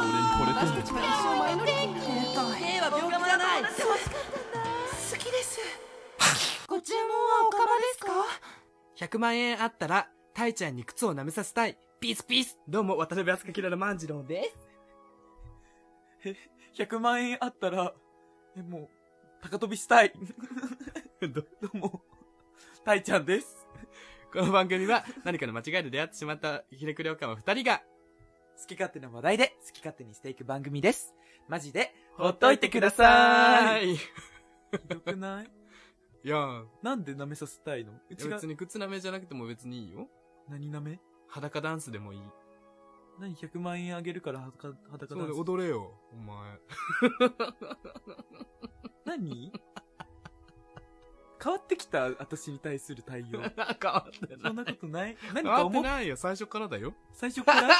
私たちは一生前乗り本当 A は病気じゃない好きですご注文はおかまですか100万円あったら、タイちゃんに靴を舐めさせたい。ピースピースどうも、渡辺あすかきらら万次郎です。 100万円あったら、え、もう、高飛びしたい。 ど、どうも、たいちゃんです。この番組は、何かの間違いで出会ってしまった、ひねくれおかま二人が、好き勝手な話題で、好き勝手にしていく番組です。マジで、ほほっっとといいててくくだだささーい。ひどくないいやーなんで舐めさせたいのういやちが別、に靴舐めじゃなくても別にいいよ。何舐め裸ダンスでもいい。何 ?100 万円あげるから裸裸そうダね、ンス。踊れよ、お 前。何変わってきた私に対する対 応。変わってそんなことない何変かわって思っないよ、最初からだよ。最初から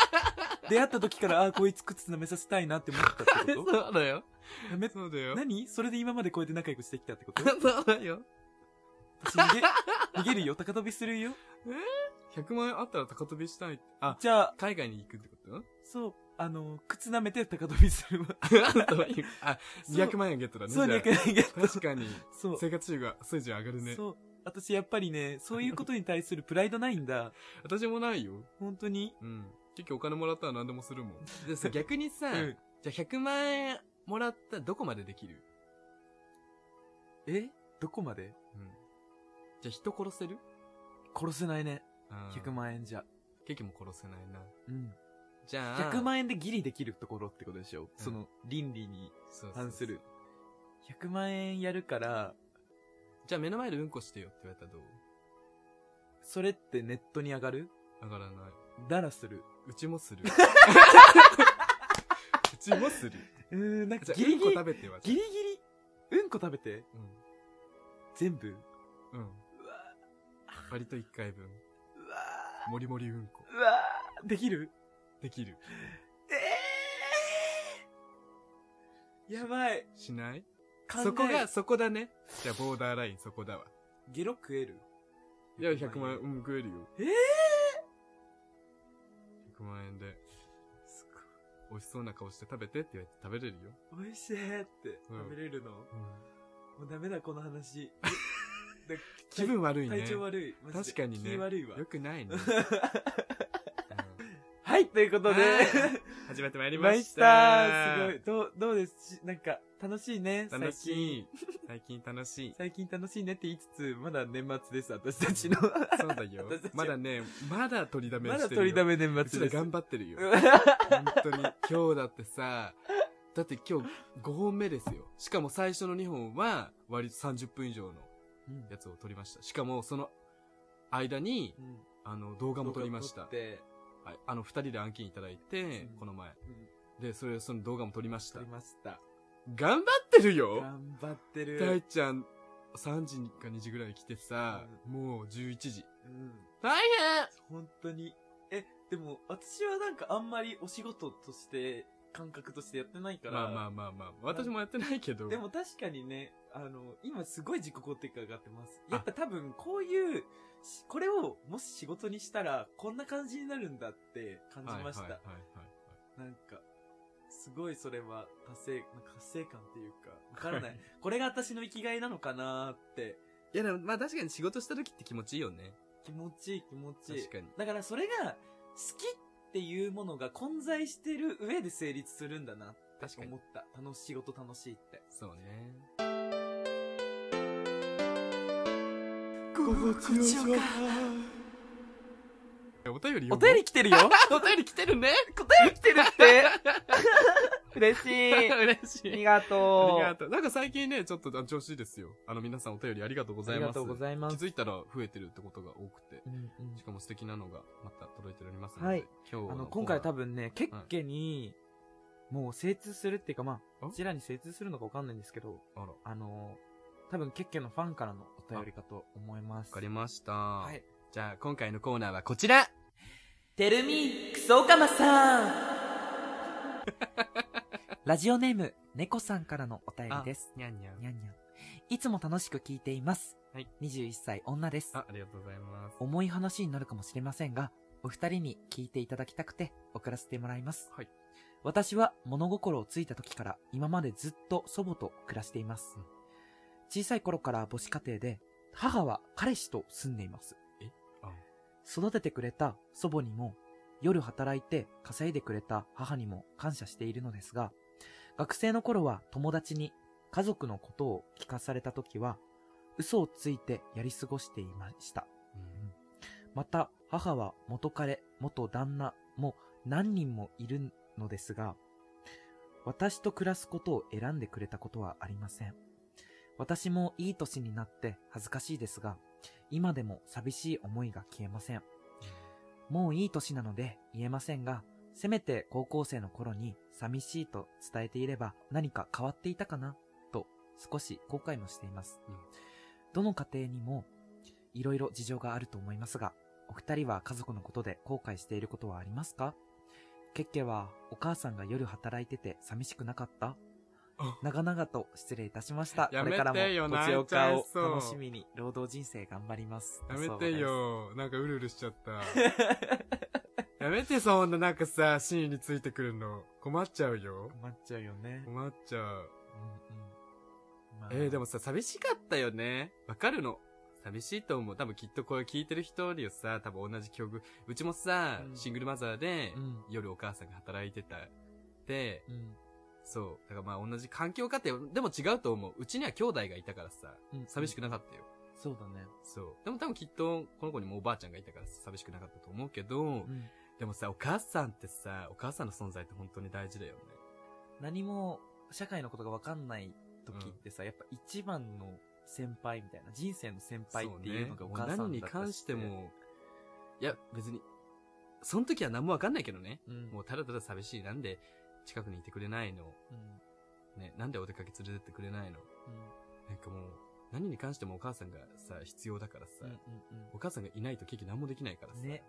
出会った時から、ああ、こいつ靴舐めさせたいなって思ったってこ そうだよ。とめそうだよ。何それで今までこうやって仲良くしてきたって ことそうだよ。私逃げ、逃げるよ。高飛びするよ。 100万円あったら高飛びしたい。あ、じゃあ、海外に行くってことそう、あの、靴舐めて高飛び するわ。そういうあ、200万円ゲットだね。そう、じゃあ200円ゲ ット。確かに、そう、生活費が、水準上がるね。そう。私やっぱりね、そういうことに対するプライドないん だ。私もないよ。本当に。うん。結局お金もらったら何でもするもん。でさ、逆にさ、うん。じゃあ100万円もらったらどこまでできるえどこまでうん。じゃあ人殺せる殺せないね。100 ?100 万円じゃ。円。ケーキも殺せないな。うん。じゃあ、 100万円でギリできるところってことでしょ、うんその、倫理にそうそうそう反する。。100万円やるから、じゃあ目の前でうんこしてよって言われたらどうそれってネットに上がる上がらない。だらする。うちもす る。うちもする。うーん、なんじかゃあ、ギリうんこギリ食、べては。ギリギリ、うんこ食べて、全部。うん。うん。割と1回分。うわもりもりうんこ。ーうわーできるできる。えー、やばい。しない考えそこが、、そこだね。じゃあ、ボーダーラインそこだわ。ゲロ食えるいや、100万円、うん、食えるよ。え100万円で、美味しそうな顔して食べてって言われて食べれるよ。美味しいってうん食べれるの、もうダメだ、この 話。だ気分悪いね。体調悪い。マジで確かにね気悪いわ。よくないね。はい、ということで、 はい始まってまいりままし。したた。すごい。どう、どうですしなんか、楽しいね。楽最近し。い。最近楽しい。最近楽しいねって言いつつ、まだ年末です、私た ちの。 そうだよ私た。ちまだね、まだ取りだめしてまるよ。だ取りだめ年うち末らです。頑張って るよ。本当に。今日だってさ、だって今日5本目ですよ。しかも最初の2本は、割と30分以上のうんやつを撮りました。しかもその間に、あの、動画も撮りました動画撮っ。てはいあの、二人で案件いただいてう、んこの前。うんで、それ、その動画も撮りまし撮たり。ました。頑張ってるよ頑張ってる。大ちゃん、3時か2時ぐらいに来てさ、もう11時。うん。大変本当に。え、でも、私はなんかあんまりお仕事として、感覚としてやってないから。まあまあまあまあ、私もやってないけど。でも確かにね、あの、今すごい自己肯定感上がってます。やっぱ多分こういう、しこれをもし仕事にしたら、こんな感じになるんだって感じはい、ました。はいはいはいはいなんか、すごいそれは達成、なんか達成感っていうか、わか らない。これが私の生きがいなのかなーって、いやでも、まあ確かに仕事した時って気持ちいいよね。気持ちいい気持ちいい。確かにだからそれが、好きっていうものが混在してる上で成立するんだなって確かに思。った。楽しい仕事楽しいって。そうね。ごぼうちよかお便りお便り来てるよお便り来てるねお便り来てるって嬉しい。あ嬉しりい。があとりう。がとう。なんか最近ね、ちょっとあ調子いいですよ。あの皆さんお便りありがとうございあります。がとうございます気づいたら増えてるってことが多くて。うんうんしかも素敵なのがまた届いておりますので。はい。今日あの、今回多分。分ね、ケッケに、もう精通するっていうか、まあ、んこちらに精通するのかわかんないんですけど、あら、わあのー、多分ケッケのファンからのお便りかと思います。かりまました。はい。じゃあ今回のコーナーはこちらてるみクソカマさん ラジオネーム、猫さんからのお便りです。にゃんにゃん。にゃんにゃん。いつも楽しく聞いています。はい。 21歳女です。あ、ありがとうございます。重い話になるかもしれませんが、お二人に聞いていただきたくて送らせてもらいます。はい。私は物心をついた時から今までずっと祖母と暮らしています。小さい頃から母子家庭で、母は彼氏と住んでいますえあ。育ててくれた祖母にも、夜働いて稼いでくれた母にも感謝しているのですが、学生の頃は友達に家族のことを聞かされた時は、嘘をついてやり過ごしていました。また、母は元彼、元旦那も何人もいるのですが、私と暮らすことを選んでくれたことはありません。私もいい年になって恥ずかしいですが、今でも寂しい思いが消えません。もういい年なので言えませんが、せめて高校生の頃に寂しいと伝えていれば何か変わっていたかな、と少し後悔もしています。うんどの家庭にもいろいろ事情があると思いますが、お二人は家族のことで後悔していることはありますかケッケはお母さんが夜働いてて寂しくなかったあ長々と失礼いたしました。やこめてれよからもごちおかを楽しみに労働人生頑張ります。やめてよ。なんかうるうるしちゃ った。やめて、そんななんかさ、真意についてくるの。困っちゃうよ。困っちゃうよね。困っちゃう。まあえー、でもさ、寂しかったよね。わかるの。寂しいと思う。多分きっとこれ聞いてる人にはさ、多分同じ境遇。うちもさ、うんシングルマザーで、うん夜お母さんが働いてた。で、うんそう。だからまあ同じ環境家庭、でも違うと思う。うちには兄弟がいたからさ、うん寂しくなかったよ。そうだね。そう。でも多分きっと、この子にもおばあちゃんがいたから寂しくなかったと思うけど、うんでもさ、お母さんってさ、お母さんの存在って本当に大事だよね。何も社会のことが分かんない時ってさ、やっぱ一番の先輩みたいな、人生の先輩っていうのがそおねもう母さんだった何にり関して、も、いや、別に、その時は何もわかんないけどね。うん、もうただただ寂しい。なんで近くにいてくれないのうん、ね、なんでお出かけ連れてってくれないのなんかもう、何に関してもお母さんがさ、必要だからさ、うん、うん、お母さんがいないとケーキ何もできないからうさ。ん。ね、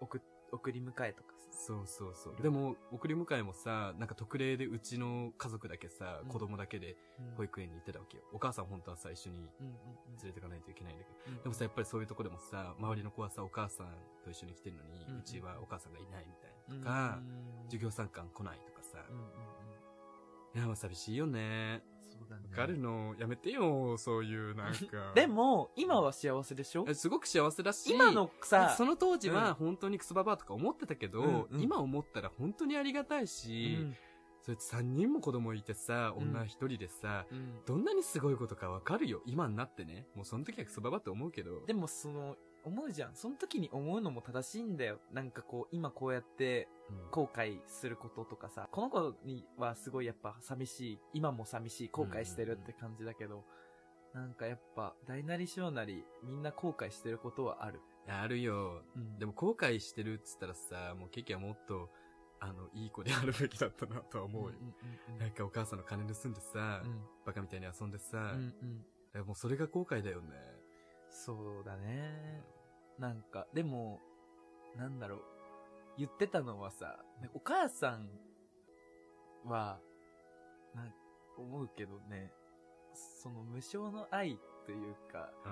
送、送り迎えとかさ。そうそうそう。でも、送り迎えもさ、なんか特例でうちの家族だけさ、うん子供だけでうん保育園に行ってたわけよ。お母さん本当はさ、一緒にうん、うん、連れてかないといけないんだけど。うん。でもさ、やっぱりそういうとこでもさ、周りの子はさ、お母さんと一緒に来てるのに、ううんうんちはお母さんがいないみたいなうん、とか、うん授業参観来ないとかさ、うん、うん、うん。いや、まあ寂しいよね。そうだね。。わかるの、やめてよ、そういう、なんか で、も、今は幸せでしょすごく幸せだし、今のさ、その当時うんは本当にクソババアとか思ってたけど、うんうん今思ったら本当にありがたいうし、ん、それって3人も子供いてさ、うん女一人でさ、うん。どんなにすごいことかわかるよ、今になってね。もうその時はクソババアって思うけど。でもその、思うじゃん。その時に思うのも正しいんだよ。なんかこう、今こうやってうん後悔することとかさ、この子にはすごいやっぱ寂しい、今も寂しい、後悔してるって感じだけど、なんかやっぱ、大なり小なり、みんな後悔してることはある。あるよ。うんでも後悔してるっつったらさ、もうケーキはもっと、あの、いい子であるべきだったなとは思うよ。んなんかお母さんの金盗んでさ、うんバカみたいに遊んでうさ、んうん。えもうそれが後悔だよね。そうだね。なんか、でも、なんだろう。言ってたのはさ、ねお母さんは、なん思うけどね、その無償の愛というか、う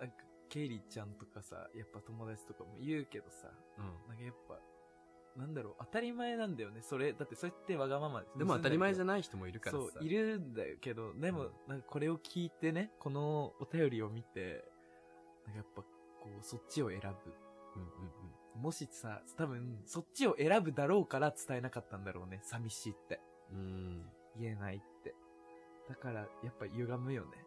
なんか、ケイリちゃんとかさ、やっぱ友達とかも言うけどさ、ん。なんかやっぱ、なんだろう、当たり前なんだよね。それ、だってそれってわがままうん。でも当たり前じゃないない人もいるからそうさ。、いるんだよけど、でうもん、なんかこれを聞いてね、このお便りを見て、なんかやっぱ、こう、そっちを選うんうんぶ。もしさ、多分、そっちを選ぶだろうから伝えなかったんだろうね。寂しいって。うん。うん。言えないって。だから、やっぱ歪むよね。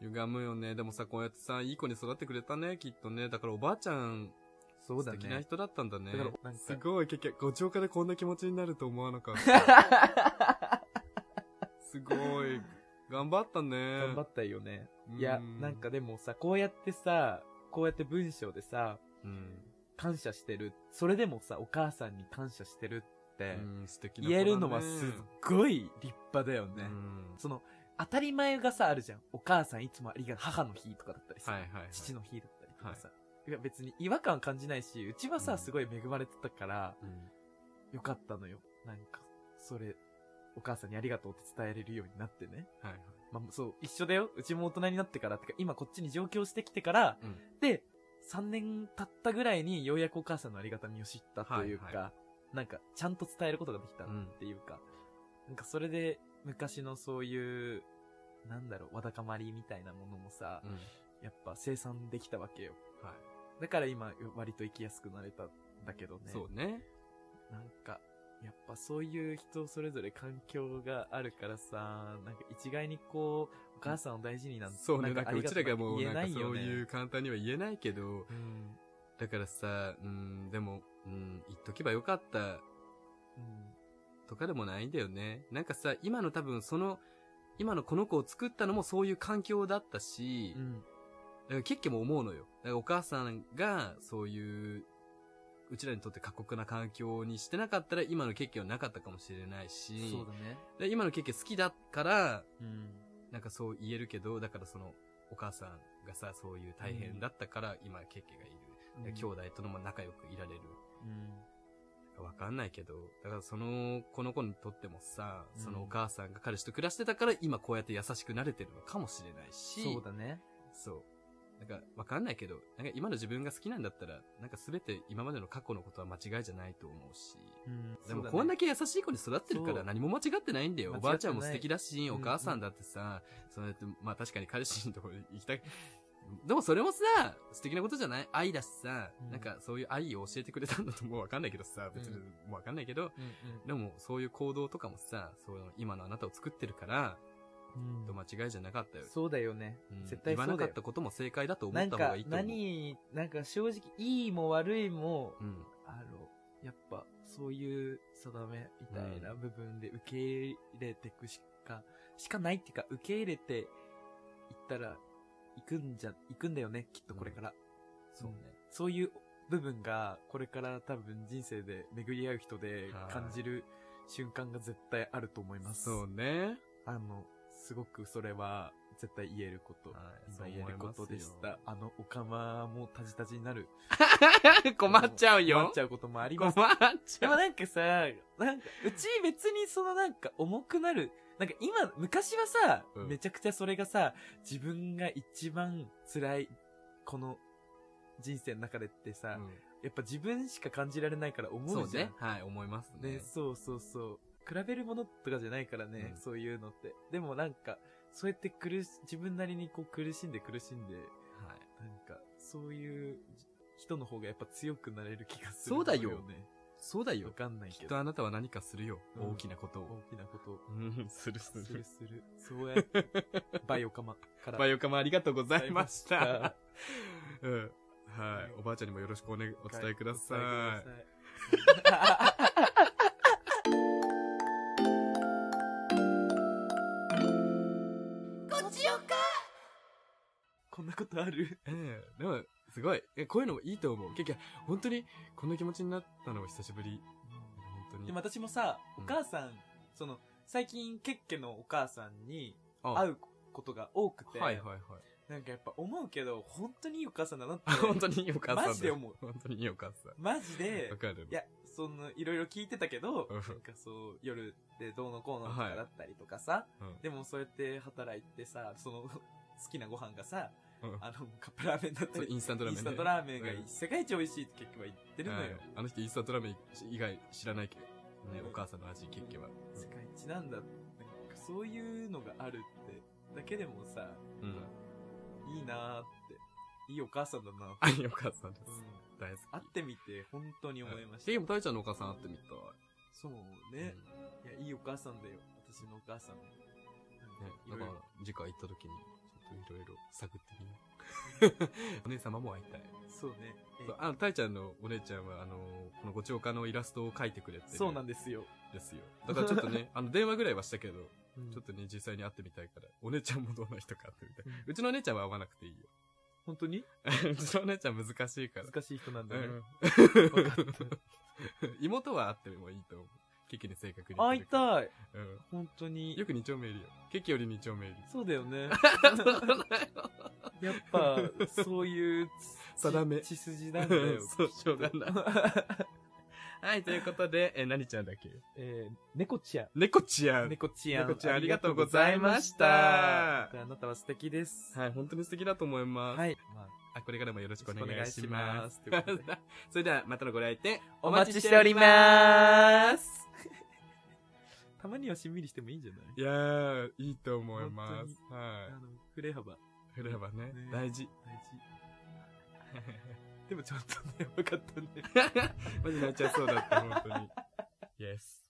歪むよね。でもさ、こうやってさ、いい子に育ってくれたね、きっとね。だからおばあちゃん、そうだ素敵なね。人だったんだね。だからなんかすごい、結局、ご聴からこんな気持ちになると思わなか った。すごい。頑張ったね。頑張ったよね。いや、うんなんかでもさ、こうやってさ、こうやって文章でさ、うん。感謝してる。それでもさ、お母さんに感謝してるって、うん、素敵な子だ言ねえるのはすっごい立派だようね。んその、当たり前がさ、あるじゃん。お母さんいつもありがとう。母の日とかだったりさ、はいはいはい。父の日だったりとかさ。い、や、別に違和感感じないし、うちはうさ、んすごい恵まれてたから、うんよかったのよ。なんか、それ、お母さんにありがとうって伝えれるようになってね。はいはい。まあ、そう、一緒だよ。うちも大人になってから、てか、今こっちに上京してきてから、うんで、3年経ったぐらいにようやくお母さんのありがたみを知ったというか、はいはなんか、ちゃんと伝えることができたっうんていうか、なんかそれで、昔のそういう、なんだろう、わだかまりみたいなものもさ、うん。やっぱ生産できたわけよ。はい。だから今、割と生きやすくなれたんだけどね。そうね。なんか、やっぱそういう人それぞれ環境があるからさ、なんか一概にこう、お母さんを大事になんて、そうね。なんなんかかありうがちとらうがなんもてう言えななんかいそようね。いう簡単には言えないけど、うん。だからさ、うん、でも、うん、言っとけばよかったうん。とかでもないんだよね。なんかさ、今の多分その、今のこの子を作ったのもそういう環境だったし、うん。だからキッケも思うのよ。だからお母さんが、そういう、うちらにとって過酷な環境にしてなかったら、今のキッケはなかったかもしれないし、そうだね。で今のキッケ好きだから、うん。なんかそう言えるけど、だからその、お母さんがさ、そういう大変だったから、今キッケがいる。うん兄弟とのも仲良くいられる。うん。わかんないけど、だからその、この子にとってもさ、うんそのお母さんが彼氏と暮らしてたから、今こうやって優しくなれてるのかもしれないし、そうだね。そう。なんか、わかんないけど、なんか今の自分が好きなんだったら、なんか全て今までの過去のことは間違いじゃないと思うし。うん。でもこんだけけ、優しい子に育ってるかそうら何も間違ってないんだよ。お間違ってないばあちゃんも素敵だし、うんお母さんだってさ、そうやって、まあ確かに彼氏のところに行きたい。でもそれもさ、素敵なことじゃない愛だしさ、うんなんかそういう愛を教えてくれたんだともうわかんないけどさ、別にうもうわかんないけど、うんでもそういう行動とかもさ、そういうの今のあなたを作ってるから、うん。と間違いじゃなかったよ。そうだよねうん。絶対言そわうだなよ。かったことも正解だと思なっんた方かがいい、と思う。何、なんか正直、いいも悪いも、うん。あの、やっぱ、そういう定めみたいな部分で受け入れていくしか、しかないっていうか、受け入れていったら、行くんじゃ、行くんだよね、きっとこれから。そうね。そういう部分が、これから多分人生で巡り合う人ではい感じる瞬間が絶対あると思います。そうね。あの、すごくそれは、絶対言えること。はい今言えることでしそう思いた。あの、おかまもタジタジになる。 困っちゃうよ。困っちゃうことも あります困っちでゃもう。なんかさ、なんか、うち別にそのなんか重くなる、なんか今、昔はさ、うんめちゃくちゃそれがさ、自分が一番辛い、この人生の中でってさ、うんやっぱ自分しか感じられないから思そううじゃん。ね。はい、思いますね。ね、そうそうそう。比べるものとかじゃないからね、うんそういうのって。でもなんか、そうやって苦し、自分なりにこう苦しんで苦しんで、はい。なんか、そういう人の方がやっぱ強くなれる気がする、そうだよね。そうだよわ。かんないきけっとど。あなたは何かするよ。うん大きなことを。大きなことを。うん、するすする。する。そうやって。バイオカマから。バイイオカマありがとうございましありがたと。 うん。はい。おばあちゃんにもよろしくお,、ね、お伝えください。こちよかこんなことあるええでも、すごい。えこういうのもいいと思う。結局、本当に、こんな気持ちになったのは久しぶり。本当に。でも私もさ、おうん母さん、その、最近、ケッケのお母さんにあ会うことが多くて、はいはいはい。なんかやっぱ思うけど、本当にいいお母さんだなってあ、。本当にいいお母さんだ。マジで思う本当にいいお母さん。マジでわ、かる。いや、その、いろいろ聞いてたけど、うんなんかそう、夜でどうのこうのとかだったりとかさ、うんでもそうやって働いてさ、その、 好きなご飯がさ、うんあの、カップラーメンだったそうり、インスタントラーメン、ね。インスタントラーメンがうん世界一美味しいって結局は言ってるのよ。はいあの人インスタントラーメン以外知らないけど、ね、うんお母さんの味結局は、世界一なんだ。なんかそういうのがあるって、だけでもさ、うん、いいなーって、いいお母さんだなってあいいお母さんです、うん大好き会ってみて、本当に思いました。でも大ちゃんのお母さん会ってみたいそうね、いや、いいお母さんだよ。私のお母さんも。うんねだなかんかいろいらろ次回行った時にちょっといろいろ探ってみよう お姉様も会いたいそうね。えそうあの大ちゃんのお姉ちゃんはあのこのご長家のイラストを描いてくれてるそうなんんですよ。ですよだからちょっと ねあの電話ぐらいはしたけどうんちょっとね実際に会ってみたいからお姉ちゃんもどんな人か会ってみたいうんうちのお姉ちゃんは会わなくていいよ 本当にうちのお姉ちゃん難しいから難しい人なんだね。うんわかった。妹はあってもいいと思う。ケキに正確に。会いい。たい。うん。本当に。よく二丁目いるよ。ケキより二丁目いる。そうだよね。 やっぱ、そういう、ち定め。血筋なんだ よ そうしょうがない。はい、ということで、え、何ちゃんだっけ えー、猫ちゃん。猫ちゃん。猫ちゃん。猫ちゃんありがとうございましたあなたは素敵です。はい、本当に素敵だと思います。はい。まあ、あ、これからもよろしくお願いしよまろしす。くお願いしますということ それでは、またのご来店、。お待ちしております たまにはしんみりしてもいいんじゃないいやー、いいと思います。はあの、振れ幅い。振れ幅ねね、大事。 大事。 でもちょっとね、分かったね。 マジ泣いちゃいそうだった、本当に。イエス。